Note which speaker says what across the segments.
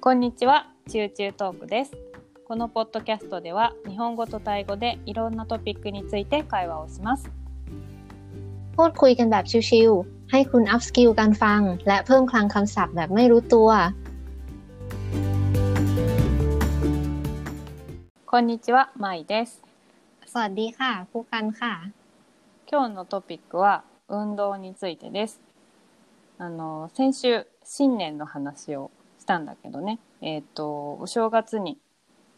Speaker 1: こんにちは、チューチュートークです。このポッドキャストでは、日本語とタイ語でいろんなトピックについて会話をします。
Speaker 2: พูดคุยกันแบบชิวๆ ให้คุณอัพสกิลการฟัง และเพิ่มคลังคำศัพท์แบบไม่รู้ตัว
Speaker 1: こんにちは、まいです。
Speaker 2: สวัสดีค่ะผู้กันค่ะ
Speaker 1: 今日のトピックは運動についてです。あの先週新年の話をしたんだけどね。えっ、とお正月に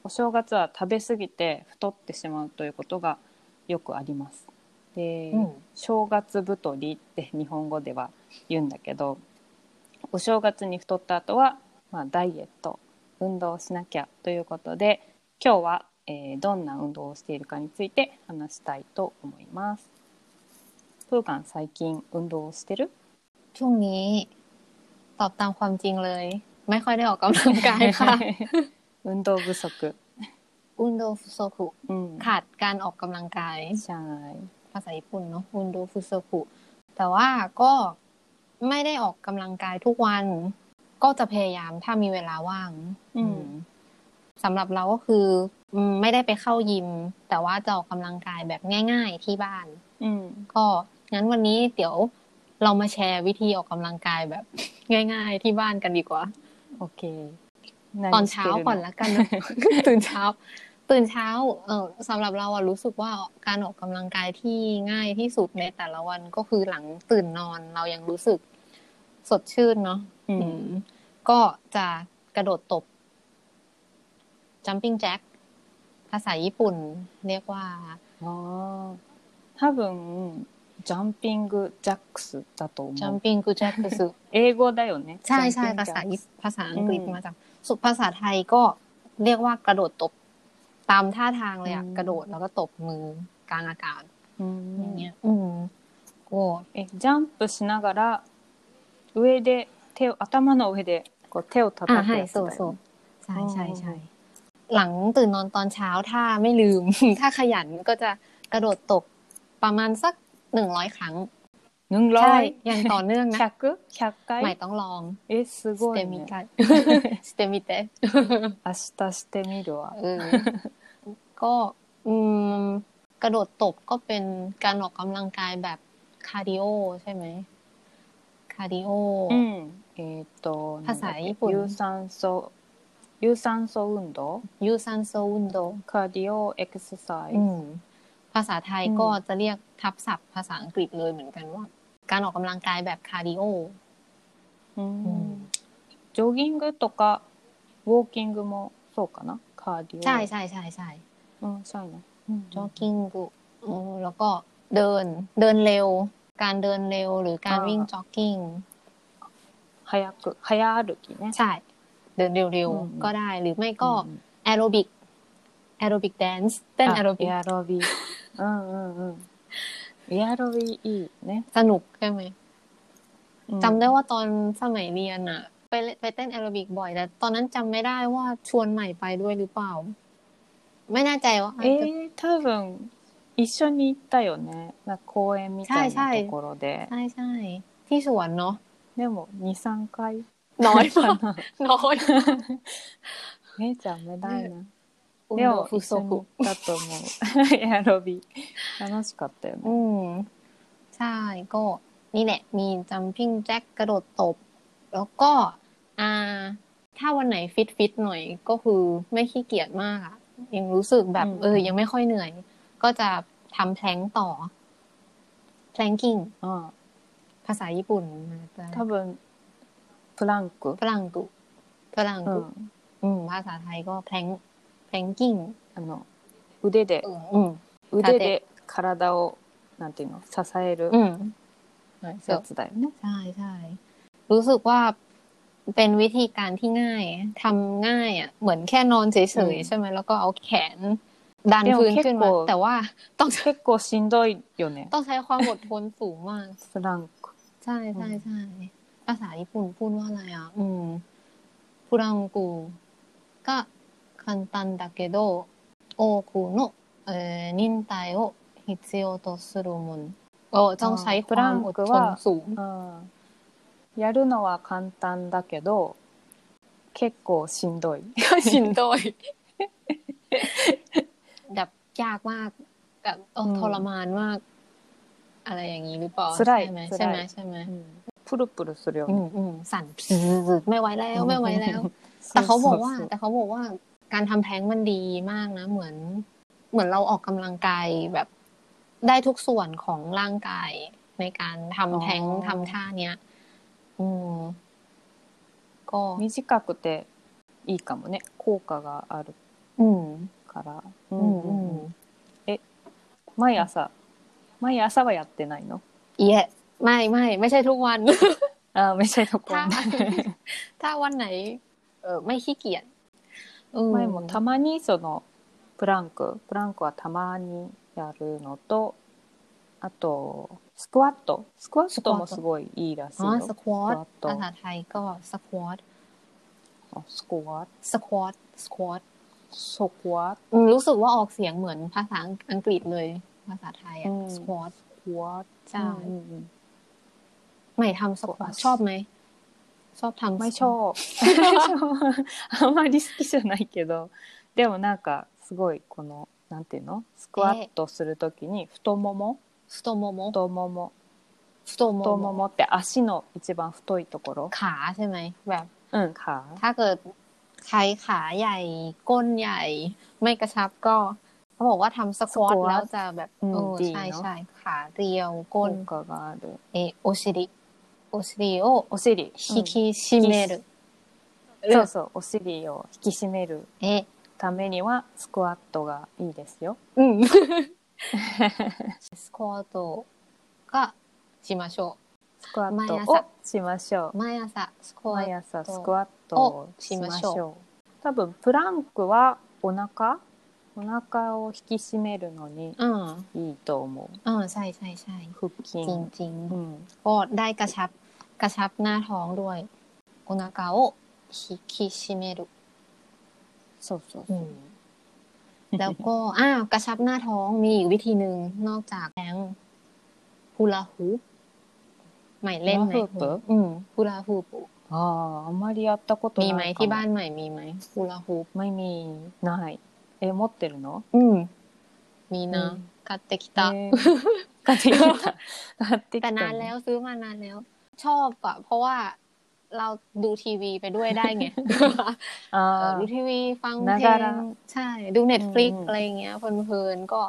Speaker 1: お正月は食べ過ぎて太ってしまうということがよくあります。で、
Speaker 2: うん
Speaker 1: 正月太りって日本語では言うんだけど、お正月に太った後はまあダイエット、運動をしなきゃということで、今日は、えーどんな運動をしているかについて話したいと思います。プーカン最近運動をしてる？
Speaker 2: ช่วงนี้ ตอบตามความจริงเลย ไม่ค่อยได้ออกกำลังกายค่ะ
Speaker 1: 運動不足。
Speaker 2: อุนโดฟุโซคุ
Speaker 1: うん。
Speaker 2: ขาดการออกกำลังกาย
Speaker 1: ใช่
Speaker 2: ภาษาญี่ปุ่นเนาะอุนโดฟุโซคุแต่ว่าก็ไม่ได้ออกกำลังกายทุกวัน ก็จะพยายามถ้ามีเวลาว่าง
Speaker 1: อืม
Speaker 2: สำหรับเราก็คืออืมไม่ได้ไปเข้ายิม แต่ว่าจะออกกำลังกายแบบง่าย ๆ ที่บ้าน
Speaker 1: อืม
Speaker 2: ก็งั้นวันนี้เดี๋ยวเรามาแชร์วิธีออกกำลังกายแบบ ง่าย ๆ ที่บ้านกันดีกว่า
Speaker 1: โอเค
Speaker 2: ตอน เช้าก่อนละกันเนอะ ตื่นเช้า ตื่นเช้าเออสำหรับเราอะรู้สึกว่าการออกกำลังกายที่ง่ายที่สุดในแต่ละวันก็คือหลังตื่นนอนเรายังรู้สึกสดชื่นเนาะ
Speaker 1: อืม
Speaker 2: ก็จะกระโดดตบ jumping jack ภาษาญี่ปุ่น เรียกว่า
Speaker 1: ああ、多分ジャンピングジャックスだと思う。
Speaker 2: jumping jack คือ
Speaker 1: 英語だよね。
Speaker 2: ใช่ใช่
Speaker 1: Jumping
Speaker 2: ภาษา
Speaker 1: jacks
Speaker 2: ภาษาอังกฤษ
Speaker 1: อืม
Speaker 2: มาจากสุภาษาไทยก็เรียกว่ากระโดดตบ ตามท่าทางเลยอะ
Speaker 1: อืม
Speaker 2: กระโดดแล้วก็ตบมือกลางอากาศ
Speaker 1: う
Speaker 2: อย่าง
Speaker 1: ん。
Speaker 2: เงี้ย อืมโอ้
Speaker 1: え、ジャンプしながら上で手を頭の上でこう手を
Speaker 2: อ่า
Speaker 1: 叩く
Speaker 2: ใช่
Speaker 1: やつだ
Speaker 2: สู้
Speaker 1: よね。
Speaker 2: สู้ใช่ใช่ใช่หลังตื่นนอนตอนเช้าถ้าไม่ลืม ถ้าขยันก็จะกระโดดตบประมาณสักหนึ่งร้อยครั้ง
Speaker 1: ヌンロ
Speaker 2: ใช่
Speaker 1: イ。
Speaker 2: อย่างต่อเนื่องนะ
Speaker 1: 百百
Speaker 2: ใหม่
Speaker 1: 回。
Speaker 2: ต้องลอง
Speaker 1: え、す
Speaker 2: ส
Speaker 1: ご
Speaker 2: เต
Speaker 1: い
Speaker 2: มิ
Speaker 1: ね。
Speaker 2: ไต สเตมิเตะ
Speaker 1: 明日してみるわ。
Speaker 2: เออ ก็อืมกระโดดตบก็เป็นการออกกำลังกายแบบคาร์ดิโอใช่ไหมคาร์ดิโอ
Speaker 1: うん。えっと、なんだっけ
Speaker 2: パサイポン
Speaker 1: 有酸素有酸素運動、
Speaker 2: ยูซันโซอุนโด
Speaker 1: カーディオエクササイズ。
Speaker 2: ภาษาไทย
Speaker 1: อืม
Speaker 2: ก็จะเรียกทับศัพท์ภาษาอังกฤษเลยเหมือนกันว่า การออกกำลังกายแบบคาร์ดิโอ ん
Speaker 1: ジョギングとかウォーキングもそうかなカーディオ
Speaker 2: ใช่ใช่ใช่ใช่
Speaker 1: うんそうやなうん
Speaker 2: จ็อกกิ้งกุแล้วก็เดินเดินเร็ว การเดินเร็วหรือการวิ่งจ็อกกิ้ง
Speaker 1: 早く早歩きね
Speaker 2: ใช่ เดินเร็ว
Speaker 1: อืม
Speaker 2: ๆ ก็ได้หรือไม่ก็
Speaker 1: うん
Speaker 2: แอโรบิกแอโรบิกแดนซ์เต้น
Speaker 1: あ
Speaker 2: แอโรบิก
Speaker 1: エアロビうんうんうんエアロビいいね
Speaker 2: สนุกใช่ไหม
Speaker 1: うん
Speaker 2: จำได้ว่าตอนสมัยเรียนอะไปเล่นไปเต้นแอโรบิกบ่อยแต่ตอนนั้นจำไม่ได้ว่าชวนใหม่ไปด้วยหรือเปล่า ไม่แน่ใจว่า
Speaker 1: えー多分一緒に行ったよねなんか公園みたい
Speaker 2: ใช่
Speaker 1: な
Speaker 2: ใช่
Speaker 1: ところで
Speaker 2: ใช่ใช่ที่สวนเนาะ
Speaker 1: でも23回
Speaker 2: น้อยมาก
Speaker 1: かな
Speaker 2: น้อยมาก
Speaker 1: ねちゃんめだいな
Speaker 2: อุ
Speaker 1: で
Speaker 2: โด
Speaker 1: も
Speaker 2: ฟุ
Speaker 1: 一
Speaker 2: โซ
Speaker 1: 緒に
Speaker 2: คุ
Speaker 1: 行ったと思 うエアロビ楽しかったよね
Speaker 2: อืมใช่ก็นี่แหละ มีจัมพิ้งแจ็คกระโดดตบ แล้วก็อ่า ถ้าวันไหนฟิตฟิตหน่อยก็คือไม่ขี้เกียจมากอะยังรู้สึกแบบ
Speaker 1: อืม
Speaker 2: เออ ยังไม่ค่อยเหนื่อย ก็จะทำแพลงต่อ แพลงกิ้ง
Speaker 1: うん
Speaker 2: ภาษาญี่ปุ่นนะจ๊ะ
Speaker 1: 多分プランク
Speaker 2: ฝ、รั่งกุฝรั่ง
Speaker 1: う
Speaker 2: กุ
Speaker 1: ん、
Speaker 2: อืม ภาษาไทยก็แพลงแพลงกิ้ง
Speaker 1: あの腕で
Speaker 2: เอออืม
Speaker 1: 腕で体をなんていうの支える
Speaker 2: อืมใช่
Speaker 1: やつだよね。
Speaker 2: ใช่ใช่ รู้สึกว่าเป็นวิธีการที่ง่ายทำง่ายอ่ะ เหมือนแค่นอนเฉ
Speaker 1: อืม
Speaker 2: ยๆ ใช่ไหมแล้วก็เอาแขน ดัน
Speaker 1: เดี๋ยว
Speaker 2: พื้นขึ้นมา
Speaker 1: แค่กด
Speaker 2: แต่ว่าต้องใช้
Speaker 1: 結構しんどいよね
Speaker 2: ต้องใช้ความอดทนสูงมาก
Speaker 1: プランク。
Speaker 2: ใช่ใช่ใช่ภาษาญี่ปุ่นพูดว่าอะไรอ่ะ อืมพูรังกูก็คันตันดะเกโดโอคุโนะเอ่อนินไตโอฮิซิโอโตสึรุมุนก็ต้องใช้ความอดทนสูง
Speaker 1: うん、やるのは簡単だけど結構 しんどい。
Speaker 2: ชินโดยแบบยากมากแบบเออ
Speaker 1: อืม
Speaker 2: ทรมานมาก อะไรอย่างนี้หรือเปล่า
Speaker 1: 辛い
Speaker 2: ใช่ไหม
Speaker 1: 辛い
Speaker 2: ใช่ไหมใช่ไหม
Speaker 1: プルプルするよ
Speaker 2: อื
Speaker 1: ね。
Speaker 2: มอืมสั่น ไม่ไหวแล้วไม่ไหว แล้ว
Speaker 1: そう
Speaker 2: แต่เขาบอกว่า
Speaker 1: そうそう
Speaker 2: แต่เขาบอกว่าการทำแท้งมันดีมากนะ เหมือน เหมือนเราออกกำลังกายแบบได้ทุกส่วนของร่างกายในการทำแท้ง
Speaker 1: อ๋อ
Speaker 2: ทำท่าเนี้ย อืมก็
Speaker 1: 短くていいかもね。効果がある
Speaker 2: อืม
Speaker 1: から。
Speaker 2: อื
Speaker 1: うん
Speaker 2: ม
Speaker 1: う
Speaker 2: อื
Speaker 1: ん
Speaker 2: ม
Speaker 1: うん毎朝、毎朝はやってないの
Speaker 2: เยไม่ไม่ไม่ใช่ทุกวัน
Speaker 1: あー、めっちゃとこ
Speaker 2: ถ้า。ถ้าวันไหน เออไม่ขี้เกียจอืม
Speaker 1: 前もたまにそのプランク、プランクはたまにやるのと、あと、スクワット。スクワットもすごいいいらしい
Speaker 2: อ๋อ
Speaker 1: よ。
Speaker 2: สควอต
Speaker 1: スクワッ
Speaker 2: ภาษาไทยก็สควอต
Speaker 1: ト。あスクワット。
Speaker 2: สควอตสควอต
Speaker 1: スクワ
Speaker 2: อืมรู้สึกว่าออกเสียงเหมือนภาษาอังกฤษเลย ภาษาไทย
Speaker 1: う
Speaker 2: อะ
Speaker 1: ん
Speaker 2: สควอต
Speaker 1: ットは。
Speaker 2: ใช่
Speaker 1: うんうんうん
Speaker 2: ใหม่ทำสควอตชอบไหม ชอบทำ
Speaker 1: ไม่ชอบ あんまり好きじゃないけどでもなんかすごいこのなんていうのスクワットするときに太もも
Speaker 2: สโตโมโม
Speaker 1: 太もも
Speaker 2: สโตโม
Speaker 1: 太も
Speaker 2: โม
Speaker 1: もって足の一番太いところ、
Speaker 2: ขาใช่ไหม แบบ
Speaker 1: うん、か
Speaker 2: ถ้าเกิดใครขาใหญ่ ก้นใหญ่ ไม่กระชับก็ เขาบอกว่าทำสควอต
Speaker 1: สควอต
Speaker 2: แล้วจะแบบ
Speaker 1: อืม
Speaker 2: เออ
Speaker 1: ดี
Speaker 2: ใช่
Speaker 1: เนอะ
Speaker 2: ใช่ขาเรียวก้น
Speaker 1: 効果がある
Speaker 2: เออโอชิริโอชิริโอ
Speaker 1: お尻、
Speaker 2: ฮิ
Speaker 1: うん
Speaker 2: คิชิเมรุ
Speaker 1: そうそうお尻を引き締める
Speaker 2: เอะ
Speaker 1: ためにはスクワットがいいですよ
Speaker 2: うん スコアトがしましょ
Speaker 1: スクワット
Speaker 2: 毎
Speaker 1: を
Speaker 2: 朝
Speaker 1: しましょう
Speaker 2: う。毎朝スコア
Speaker 1: 毎朝スクワットをしまし
Speaker 2: しまし
Speaker 1: ょう多分プランクはお腹お腹を引き締めるのに
Speaker 2: うん
Speaker 1: いいと思う
Speaker 2: うんใช่ใช่ใช่
Speaker 1: 腹筋
Speaker 2: จริงจริง
Speaker 1: うん
Speaker 2: ๆก็ได้กระชับกระชับหน้าท้องด้วยโอนาคาโอฮิคิชิเมรุ
Speaker 1: そうそう
Speaker 2: อืมแล้วก็อ้าวกระชับหน้าท้องมีอีกวิธีหนึ่งนอกจากแรงฮูลาฮูปใหม่เล่นไหม
Speaker 1: ฮูลาฮูป
Speaker 2: อืมฮูลาฮูป
Speaker 1: あああんまりやったこと
Speaker 2: มีไหม
Speaker 1: ないか
Speaker 2: ที่
Speaker 1: も
Speaker 2: บ้านใหม่มีไหมฮูลาฮูป
Speaker 1: ไม่มีないえ持ってるの
Speaker 2: うんมีนะ
Speaker 1: うん
Speaker 2: 買ってきた
Speaker 1: えー買ってき た買ってき
Speaker 2: แต่
Speaker 1: た
Speaker 2: นานแล้วซื้อมานานแล้ว ชอบอะเพราะว่าเราดูทีวีไปด้วยได้ ไง เออ
Speaker 1: あ
Speaker 2: ดู
Speaker 1: ー
Speaker 2: ทีวีฟัง
Speaker 1: นา
Speaker 2: เพล
Speaker 1: การะ
Speaker 2: งใช่ ดูเน็ตฟลิก
Speaker 1: อืม
Speaker 2: อะไรเงี้ยเพลินๆก็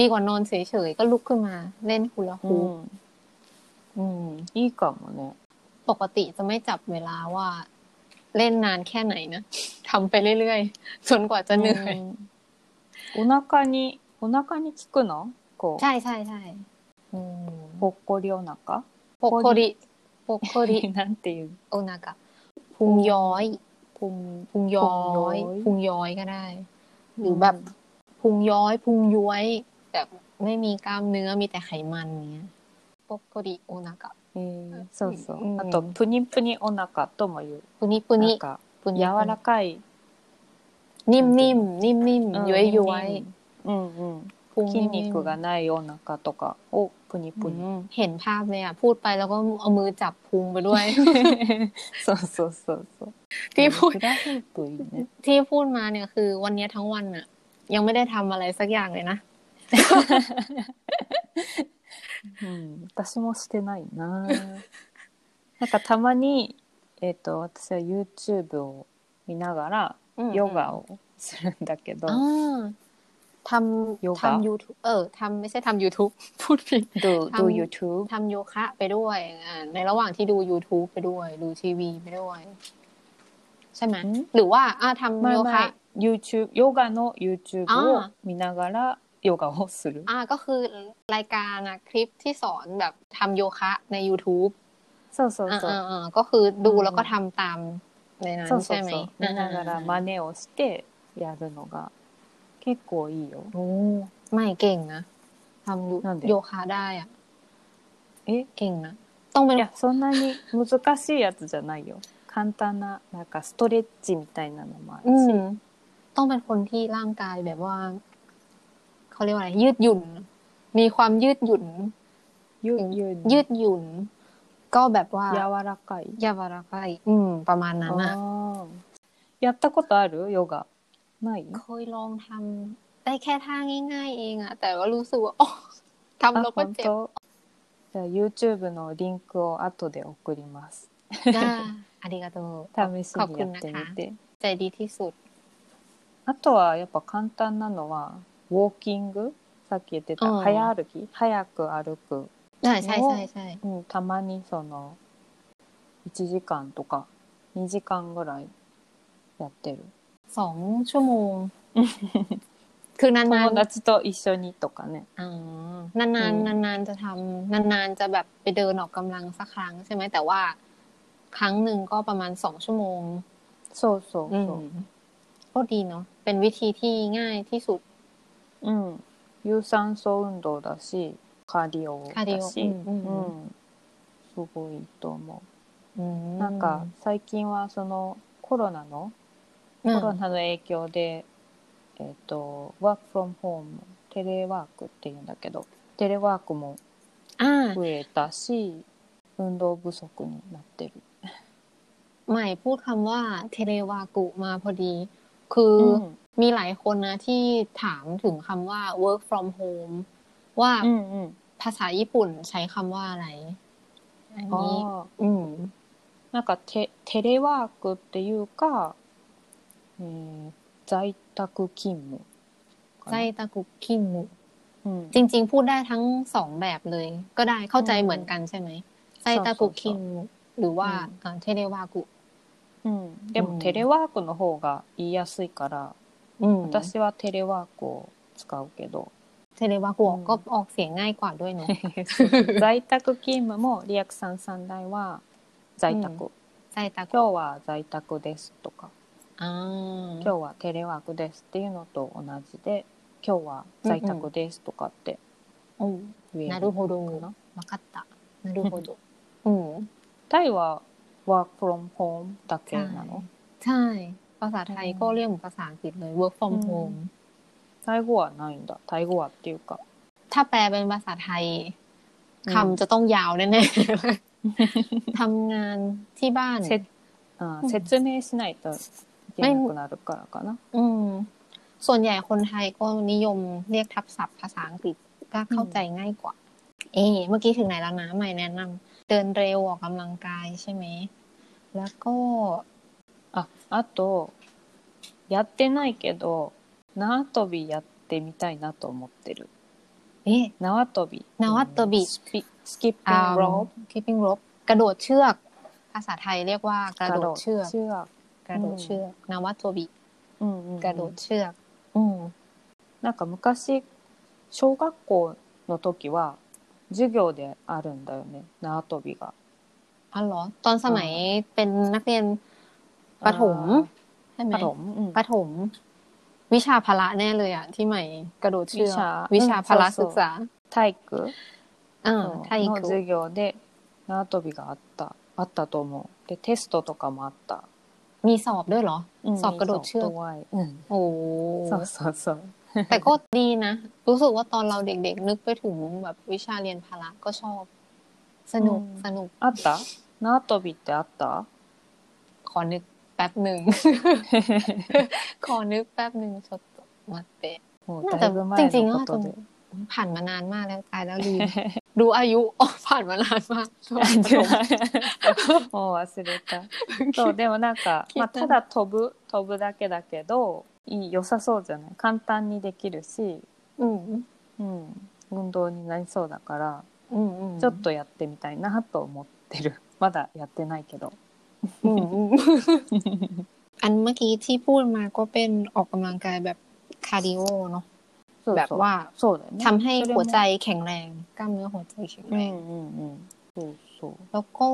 Speaker 2: ดีกว่านอนเฉยๆ ก็ลุกขึ้นมา เล่นฮูลา
Speaker 1: う
Speaker 2: ฮูป
Speaker 1: んいいかもね
Speaker 2: ปกติจะไม่จับเวลาว่า เล่นนานแค่ไหนนะ ทำไปเรื่อยๆจนกว่าจะเหนื่อย
Speaker 1: うんお腹にお腹に効くのこう
Speaker 2: ใช่ใช่ใช่อืม
Speaker 1: ぽっこりお腹
Speaker 2: โปโคริโปโคริ
Speaker 1: なんていう
Speaker 2: โอนากะพุงย้อยพุงพุงย้อยพุงย้อยก็ได้ หรือแบบพุงย้อยพุงย้อยแบบไม่มีกล้ามเนื้อมีแต่ไขมันเนี้ยปกติโอนากะ
Speaker 1: えーそうそう
Speaker 2: うん
Speaker 1: あとプニプニお腹とも言う
Speaker 2: ปุนิปุ
Speaker 1: な
Speaker 2: นิ
Speaker 1: んか
Speaker 2: ปุนิ
Speaker 1: 柔らかい
Speaker 2: นิ่มนิ่มนิ่มนิ่ม
Speaker 1: うん
Speaker 2: ย้อยย้อย
Speaker 1: うんうん
Speaker 2: พุง
Speaker 1: 筋
Speaker 2: นิ่ม
Speaker 1: 肉がないお腹とかをプニプ
Speaker 2: อื
Speaker 1: ニ
Speaker 2: มเห็นภาพเลยอ่ะ พูดไปแล้วก็เอามือจับพุงไปด้วย
Speaker 1: そうそうそうそう
Speaker 2: ที่พูด
Speaker 1: フラフープいいね
Speaker 2: ที่พูดมาเนี่ยคือ วันเนี้ยทั้งวันอ่ะ ยังไม่ได้ทำอะไรสักอย่างเลยนะ
Speaker 1: うん私もしてないな なんかたまにえっ、と私は YouTube を見ながらヨガをするんだけど、
Speaker 2: อ่าท
Speaker 1: โย
Speaker 2: ำ
Speaker 1: คะ
Speaker 2: ทำยูทูบเออทำไม่ใช่ทำ YouTube พูดผิด
Speaker 1: do
Speaker 2: ทำ
Speaker 1: do YouTube
Speaker 2: ทำโยคะไปด้วยอ่าในระหว่างที่ดู YouTube ไปด้วย ดูทีวีไปด้วย ใช่ไหม
Speaker 1: อืม
Speaker 2: หรือว่าอ่าทำ
Speaker 1: ま
Speaker 2: โย
Speaker 1: あま
Speaker 2: คะ
Speaker 1: あ YouTube ヨガの YouTube を
Speaker 2: あ
Speaker 1: 見ながらヨガをする。
Speaker 2: อ่าก็คือรายการนะคลิปที่สอนแบบทำโยคะใน YouTube
Speaker 1: そうそう
Speaker 2: อ่า
Speaker 1: そ。
Speaker 2: อ่าวอ่าก็คือดูแล้วก็ทำตามในนั้น
Speaker 1: そうそ
Speaker 2: ใช่
Speaker 1: う
Speaker 2: ไหม
Speaker 1: そう。見ながら真似をしてやるのが結構いいよ。
Speaker 2: โอ้ไม่เก่งนะทำยู
Speaker 1: なんで
Speaker 2: โยคะได้อ่ะ
Speaker 1: えい
Speaker 2: เก่งนะต้องเป็น
Speaker 1: や、そんなに難しいやつじゃないよ。簡単な、なんかストレッチみたいなのもあるし。
Speaker 2: อืมต้องเป็นคนที่ร่างกายแบบว่า เขาเรียกว่าอะไร ยืดหยุ่น มีความยืดหยุ่น
Speaker 1: ゆ
Speaker 2: うん
Speaker 1: ゆ
Speaker 2: ยืดหยุ่น ก็แบบว่า
Speaker 1: 柔らかい。
Speaker 2: ยาวราไกอืม ประมาณนั้น
Speaker 1: あ
Speaker 2: อะ
Speaker 1: ーやったことあるヨガない
Speaker 2: เคยลองทำได้แค่ท่าง่าย ๆ เองอะแต่ว่ารู้สึกว่าโอ๊ะ ทำแล้วก็
Speaker 1: 本
Speaker 2: เจ็บ
Speaker 1: 当じゃあ YouTube のリンクを後で送ります
Speaker 2: จ้าありがとう
Speaker 1: 試し
Speaker 2: ขอบ
Speaker 1: に
Speaker 2: คุ
Speaker 1: やっ
Speaker 2: ณนะ
Speaker 1: て
Speaker 2: คะ
Speaker 1: みて
Speaker 2: ใจดีที่สุด
Speaker 1: あとはやっぱ簡単なのはウォーキングさっき言ってた、
Speaker 2: うん
Speaker 1: 早歩き早く歩く、
Speaker 2: ได้ใช่ใช่ใช่
Speaker 1: うん、たまにその1時間とか2時間ぐらいやってる
Speaker 2: สองชั่วโมง คือนาน
Speaker 1: 友
Speaker 2: ๆ
Speaker 1: 達と一緒にとかね
Speaker 2: อ๋อนานๆนานๆจะทำนานๆจะแบบไปเดินออกกำลังสักครั้งใช่ไหมแต่ว่า ครั้งหนึ่งก็ประมาณสองชั่วโมง
Speaker 1: そうそう
Speaker 2: อื
Speaker 1: そ
Speaker 2: มก็ดีเนาะเป็นวิธีที่ง่ายที่สุด
Speaker 1: う、うん有酸素運動だしカーディオ
Speaker 2: คาร์ดิ
Speaker 1: だ
Speaker 2: โอ
Speaker 1: し、
Speaker 2: อืมอืม
Speaker 1: う
Speaker 2: อืม
Speaker 1: ん、すごいと思
Speaker 2: อืม
Speaker 1: う。なんか最近はそのコロナの、
Speaker 2: อืม
Speaker 1: コロナの影響で、えっ、と、ワークフロムホーム、テレワークっていうんだけど、テレワークも
Speaker 2: อ่า
Speaker 1: 増えたし、運動不足になってる。
Speaker 2: ใหม่พูดคำว่าเทเลวากุมาพอดี คือ
Speaker 1: うん、
Speaker 2: มีหลายคนนะที่ถามถึงคำว่า work from home ว่า
Speaker 1: うん、うん。
Speaker 2: ภาษาญี่ปุ่นใช้คำว่าอะไร อันนี้
Speaker 1: ああ、
Speaker 2: อืม
Speaker 1: なんかテテレワークっていうか、えー在宅勤務か
Speaker 2: ไซ
Speaker 1: な。
Speaker 2: ตากุคิมุ
Speaker 1: うん
Speaker 2: จริง ๆ พูดได้ทั้งสองแบบเลย ก็ได้เข้าใจเหมือนกันใช่ไหมไซตากุคิมุหรือว่าเทเลวากุ
Speaker 1: うん、で
Speaker 2: う
Speaker 1: も
Speaker 2: ん
Speaker 1: テレワークの方が言いやすいから、
Speaker 2: อืม
Speaker 1: 私はテレワークを使うけ ど
Speaker 2: เทเลวากุ
Speaker 1: うん
Speaker 2: ก็ออกเสียงง่ายกว่าด้วยเนาะ
Speaker 1: 在宅勤務もリアクさん三大は在宅、
Speaker 2: ไซตากุ
Speaker 1: 今日は在宅ですとか
Speaker 2: อ่า
Speaker 1: 今日はテレワークですっていうのと同じで今日は在宅ですとかって
Speaker 2: อืม
Speaker 1: 言え
Speaker 2: นา
Speaker 1: る
Speaker 2: รุโฮ
Speaker 1: か
Speaker 2: โด
Speaker 1: な
Speaker 2: わかったนารุโฮโดอืม
Speaker 1: タイはワークフロムホームだけなの
Speaker 2: ใช่ ภาษาไทยก็เรียกเหมือนภาษาอังกฤษเลย work from
Speaker 1: อืม
Speaker 2: home
Speaker 1: タイ語はないんだタイ語はっていうか
Speaker 2: ถ้าแปลเป็นภาษาไทย
Speaker 1: อืม
Speaker 2: คำจะต้องยาวแน่ ๆ ทำงานที่บ้าน
Speaker 1: せあ
Speaker 2: うん
Speaker 1: 説明しないといけなくなるからかな
Speaker 2: อืม ส่วนใหญ่คนไทยก็นิยมเรียกทับศัพท์ภาษาอังกฤษก็เข้าใจง่ายกว่า เอ๊ะเมื่อกี้ถึงไหนแล้วนะใหม่แนะนำเดินเร็วออกกำลังกายใช่ไหม แล้วก็
Speaker 1: ああとやってないけど縄跳びやってみたいなと思ってる
Speaker 2: เอ๊ะ
Speaker 1: 縄跳び
Speaker 2: 縄跳び
Speaker 1: スピスキップ
Speaker 2: อ่า
Speaker 1: ロ
Speaker 2: keeping rope กระโดดเชือก ภาษาไทยเรียกว่าก
Speaker 1: ー
Speaker 2: ระ
Speaker 1: プ
Speaker 2: โดดเชือก
Speaker 1: เชือก
Speaker 2: กระโดดเชือกนาวาโตบิ
Speaker 1: うんうん
Speaker 2: กระโดดเชือก อืม
Speaker 1: なんか昔小学校の時は授業であるんだよね縄跳びが
Speaker 2: อ๋อเหรอ ตอนสมัยเป็นนักเรียนประถม
Speaker 1: あ
Speaker 2: ใช่ไห
Speaker 1: ー
Speaker 2: ม
Speaker 1: ประถมうん
Speaker 2: ประถม วิชาพละแน่เลยอ่ะ ที่ใหม่กระโดดเชือ
Speaker 1: วิ
Speaker 2: ก
Speaker 1: ชา
Speaker 2: วิชาพละ
Speaker 1: อืม
Speaker 2: ศึกษา
Speaker 1: 体育
Speaker 2: อ่า
Speaker 1: の
Speaker 2: ไทย
Speaker 1: の
Speaker 2: คือ
Speaker 1: 授業で縄跳びがあったあったと思うでテストとかもあった、
Speaker 2: มีสอบด้วยเหรอ
Speaker 1: うん
Speaker 2: สอบกระโดดเชือก
Speaker 1: 怖いうん
Speaker 2: โอ้
Speaker 1: そうそうそう
Speaker 2: แต่ก็ดีนะ รู้สึกว่าตอนเราเด็กๆ นึกไปถึงแบบวิชาเรียนพละก็ชอบ สนุก
Speaker 1: อืม
Speaker 2: สนุก
Speaker 1: あった縄跳びってあった
Speaker 2: ขอนึกแป๊บ หนึ่ง ขอนึกแป๊บหนึ่งちょっと待って
Speaker 1: もう
Speaker 2: น่า
Speaker 1: だ
Speaker 2: จะ
Speaker 1: いぶ
Speaker 2: จ
Speaker 1: 前
Speaker 2: ริงๆ
Speaker 1: の
Speaker 2: น่า
Speaker 1: こ
Speaker 2: จะ
Speaker 1: とで。
Speaker 2: ผ่านมานานมากแล้วตาย แล้วลืม ดูอายุ ผ่านมานานม ากช่วงปฐม
Speaker 1: もう忘れた。そう、でもなんか、まあ、
Speaker 2: 聞
Speaker 1: た
Speaker 2: いた
Speaker 1: だ飛ぶ、飛ぶだけだけど、いい、良さそうじゃない簡単にできるし、
Speaker 2: อืม
Speaker 1: うん、運動になりそうだから、
Speaker 2: อืมอืม
Speaker 1: ちょっとやってみたいなと思ってる。 まだやってないけど。
Speaker 2: อืมอืมอันเมื่อกี้ที่พูดมาก็เป็นออกกำลังกายแบบคาร์ดิโอเนาะ
Speaker 1: そう
Speaker 2: แบบ
Speaker 1: そう
Speaker 2: ว่า
Speaker 1: そうだよね。
Speaker 2: ทำให้หัวใจแข็งแรง กล้ามเนื้อหัวใจแข็ง
Speaker 1: う
Speaker 2: แรง
Speaker 1: んうんうん。そうそう。
Speaker 2: แล้วก็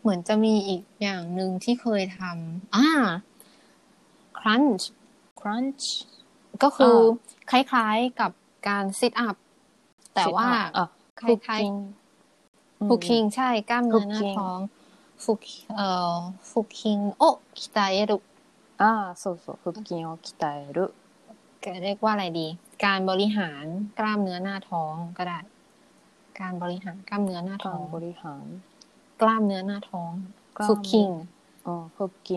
Speaker 2: เหมือนจะมีอีกอย่างหนึ่งที่เคยทำอ่า crunch
Speaker 1: crunch
Speaker 2: ก็คืออา คล้ายๆกับการซิทอัพแต่ว่า
Speaker 1: あ、
Speaker 2: ค
Speaker 1: 腹
Speaker 2: ล้าย
Speaker 1: 筋。うん
Speaker 2: ๆฟุกคิงใช่กล้ามเนื้อหน้าท้องฟุกเอ่อฟุกคิงโอะคิตาเอรุ
Speaker 1: ああ、そうそう。腹筋を鍛える。
Speaker 2: เรียกว่าอะไรดี การบริหารกล้ามเนื้อหน้าท้องก็ได้ การบริหารกล้ามเนื้อหน้าท้อง
Speaker 1: 間บริหาร
Speaker 2: กล้ามเนื้อหน้าท้อง
Speaker 1: กล้าม
Speaker 2: ฟุกคิง
Speaker 1: う อ๋อ腹筋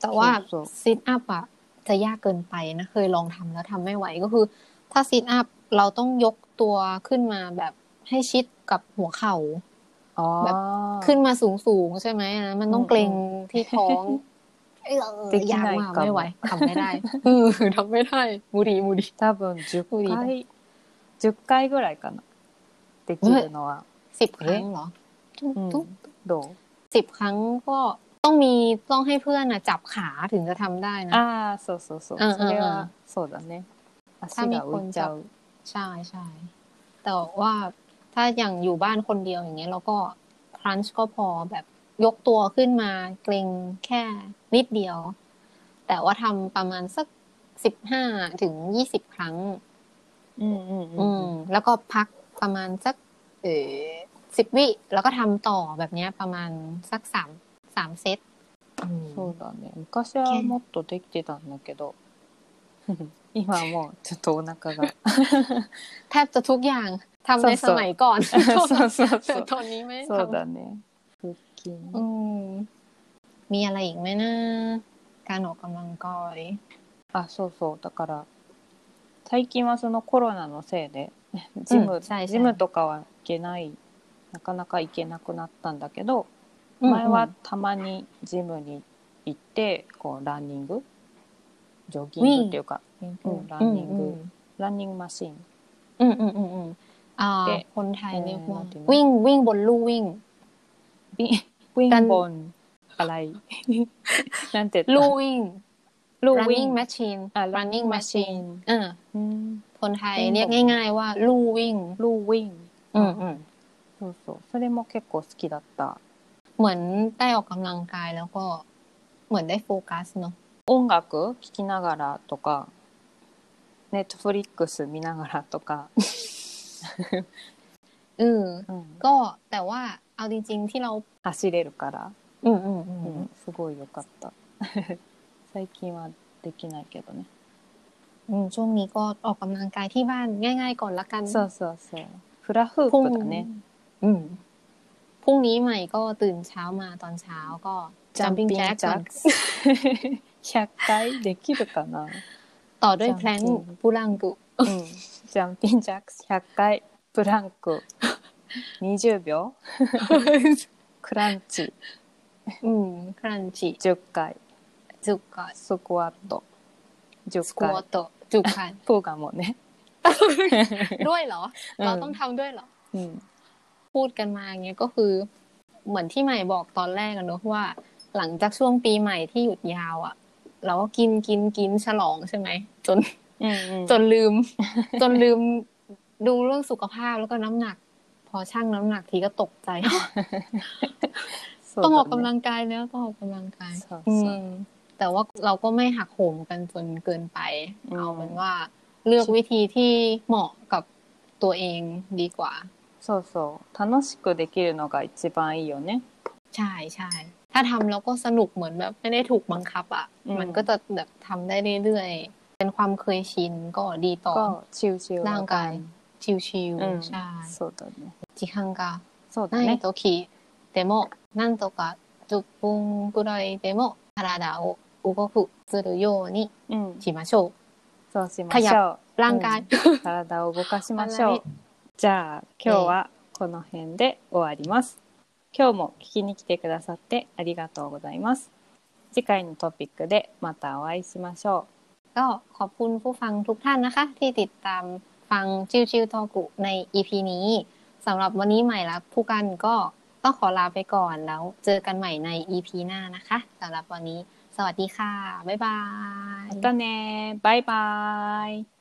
Speaker 2: แต่ว่า
Speaker 1: そうそう
Speaker 2: ซิทอัพอะจะยากเกินไปนะเคยลองทำแล้วทำไม่ไหวก็คือ ถ้าซิทอัพเราต้องยกตัวขึ้นมาแบบให้ชิดกับหัวเข่า
Speaker 1: อ๋อ
Speaker 2: แบบ ขึ้นมาสูงสูงๆใช่ไหมอันนะมันต้อง
Speaker 1: อืม
Speaker 2: เกรงที่ท้อง เอ
Speaker 1: できない
Speaker 2: อาก
Speaker 1: い
Speaker 2: มาก
Speaker 1: かも
Speaker 2: ไม่ไหวทำไม่ได้ เออทำไม่ได้無理無理
Speaker 1: 多分10
Speaker 2: 無
Speaker 1: 回10回ぐらいかなできるのは、
Speaker 2: สิบครั้งเหรอทุก
Speaker 1: う
Speaker 2: ทุก
Speaker 1: ん、ど
Speaker 2: สิบครั้งก็ต้องมีต้องให้เพื่อนนะจับขาถึงจะทำได้
Speaker 1: う
Speaker 2: นะ
Speaker 1: ああそうそうそう、
Speaker 2: うんうんうん
Speaker 1: それはそうだね足が浮いちゃう
Speaker 2: ใช่ใช่แต่ว่าถ้าอย่างอยู่บ้านคนเดียวอย่างเงี้ยเราก็ครันช์ก็พอแบบยกตัวขึ้นมาเกรงแค่นิดเดียว แต่ว่าทำประมาณสักสิบห้าถึงยี่สิบครั้ง
Speaker 1: うんうん
Speaker 2: อื
Speaker 1: う
Speaker 2: ม
Speaker 1: ん
Speaker 2: แล้วก็พักประมาณสักเออสิบวิแล้วก็ทำต่อแบบเนี้ยประมาณสักสามสามเซตอืม
Speaker 1: そうだね昔はもっとできてたんだけど 今はもうちょっとお 腹が
Speaker 2: แทบจะทุกอย่างทำใน
Speaker 1: ส
Speaker 2: ส
Speaker 1: ดๆ
Speaker 2: มัยก่อน
Speaker 1: そうそうそう
Speaker 2: แต่ตอนนี้ไม่
Speaker 1: そう
Speaker 2: ทำ
Speaker 1: だね腹筋
Speaker 2: อืมมีอะไรอีกไหมนะ การออกกำลังกาย
Speaker 1: あそうそうだから最近はそのコロナのせいで ジム、
Speaker 2: うん最初
Speaker 1: ジムとかは行けないなかなか行けなくなったんだけど、前
Speaker 2: อืม
Speaker 1: はたまにジムに行ってこうランニングジョギングっていうか、う
Speaker 2: อื
Speaker 1: ん
Speaker 2: ม
Speaker 1: ランニング、
Speaker 2: อืม
Speaker 1: ランニングマシーン
Speaker 2: อืมอืมอืมอืมอ่า
Speaker 1: で
Speaker 2: คนไทยเรียกว่า
Speaker 1: เอ่อなんていうの
Speaker 2: วิ่งวิ่งบนลู่วิ่ง
Speaker 1: ビ ウィ
Speaker 2: ラ
Speaker 1: ン
Speaker 2: ン
Speaker 1: ボン洗い なんて言
Speaker 2: ลู่
Speaker 1: っ
Speaker 2: วิ่ง
Speaker 1: たルーウィ
Speaker 2: running
Speaker 1: ン
Speaker 2: machine
Speaker 1: あ
Speaker 2: running machine เออ
Speaker 1: うん
Speaker 2: คนไทย
Speaker 1: วิ่งบน
Speaker 2: เรียกง่าย ๆ ว่าลู่วิ่ง
Speaker 1: ルーウィン
Speaker 2: อืมอืม
Speaker 1: そうそうそれも結構好きだった
Speaker 2: เหมือนได้ออกกำลังกายแล้วก็ เหมือนได้โฟกัสเนาะ
Speaker 1: 音楽聴きながらとかネットフリックス見ながらとか、
Speaker 2: เออ
Speaker 1: うん
Speaker 2: ก็แต่ว่าเอาจริง ๆ ที่เรา
Speaker 1: 走れるから、
Speaker 2: อืมอืมอืม
Speaker 1: うんすごい良かった 最近はできないけどね
Speaker 2: อืมช่วงนี้ก็ออกกำลังกายที่บ้านง่าย ๆ ก่อนละกัน
Speaker 1: そうそうそうフラフ
Speaker 2: พรุ่
Speaker 1: ー
Speaker 2: ง
Speaker 1: プだね
Speaker 2: อืมพรุ่งนี้ใหม่ก็ตื่นเช้ามาตอนเช้าก็
Speaker 1: Jumping
Speaker 2: jumping jack ก่อน
Speaker 1: Jacks 100回できるかな、
Speaker 2: ต่อด้วย
Speaker 1: Jumping
Speaker 2: แพลงบูรังกุ
Speaker 1: うん、ジャンピンジャックス100回プランク20秒 クランチ
Speaker 2: อืมครันจิ
Speaker 1: 10回
Speaker 2: จุกก่อน
Speaker 1: スクワット
Speaker 2: ส
Speaker 1: 10
Speaker 2: ควอ
Speaker 1: 回
Speaker 2: ตจุก คัน
Speaker 1: プーガンもね、
Speaker 2: ด้วยเหรอ
Speaker 1: うん
Speaker 2: เราต้องทำด้วยเหรอ
Speaker 1: うん
Speaker 2: พูดกันมาอย่างเงี้ยก็คือ เหมือนที่ใหม่บอกตอนแรกกันเนอะว่า หลังจากช่วงปีใหม่ที่หยุดยาวอะ่ะ เราก็กินกินกินฉลองใช่ไหมจน
Speaker 1: うんうん
Speaker 2: จนลื ม จนลืมดูเรื่องสุขภาพแล้วก็น้ำหนัก พอชั่งน้ำหนักทีก็ตกใจ
Speaker 1: そう
Speaker 2: ต้องออก
Speaker 1: だ
Speaker 2: กำ
Speaker 1: ね
Speaker 2: ลังกายแล้วต้องออกกำลังกาย
Speaker 1: そう
Speaker 2: อื
Speaker 1: そう
Speaker 2: มแต่ว่าเราก็ไม่หักโหมกันจนเกินไป
Speaker 1: อืม
Speaker 2: เอาเป็นว่าเลือกวิธีที่เหมาะกับตัวเองดีกว่า
Speaker 1: そうそう楽しくできるのが一番いいよね
Speaker 2: ใช่ใช่ถ้าทำแล้วก็สนุกเหมือนแบบไม่ได้ถูกบังคับอ่ะ
Speaker 1: อืม
Speaker 2: มันก็จะแบบทำได้เรื่อยๆเป็นความเคยชินก็ดีต่อ
Speaker 1: ก็ชิวๆ
Speaker 2: ร่างกาย
Speaker 1: แล้ว
Speaker 2: ชิว
Speaker 1: กันうん
Speaker 2: ๆใช่
Speaker 1: そうだね
Speaker 2: จิคังกา
Speaker 1: そうだ
Speaker 2: ない
Speaker 1: ね
Speaker 2: 時でもなんとか10分ぐらいでも体を動くするように
Speaker 1: うん
Speaker 2: しましょ
Speaker 1: そうしましょう
Speaker 2: う。ร่างกาย
Speaker 1: うん体を動かしまし ょうじゃあ今日はこの辺で終わります今日も聞きに来てくださってありがとうございます次回のトピックでまたお会いしましょ
Speaker 2: ก็ขอบคุณผู้ฟังทุกท่านนะคะ ที่ติดตามฟังชิวชิวๆทอกุใน EP นี้สำหรับวันนี้ใหม่และผู้กันก็ต้องขอลาไปก่อนแล้ว เจอกันใหม่ใน EP หน้านะคะสำหรับวันนี้ สวัสดีค่ะ บ๊ายบา
Speaker 1: う
Speaker 2: ย
Speaker 1: またねバイバイ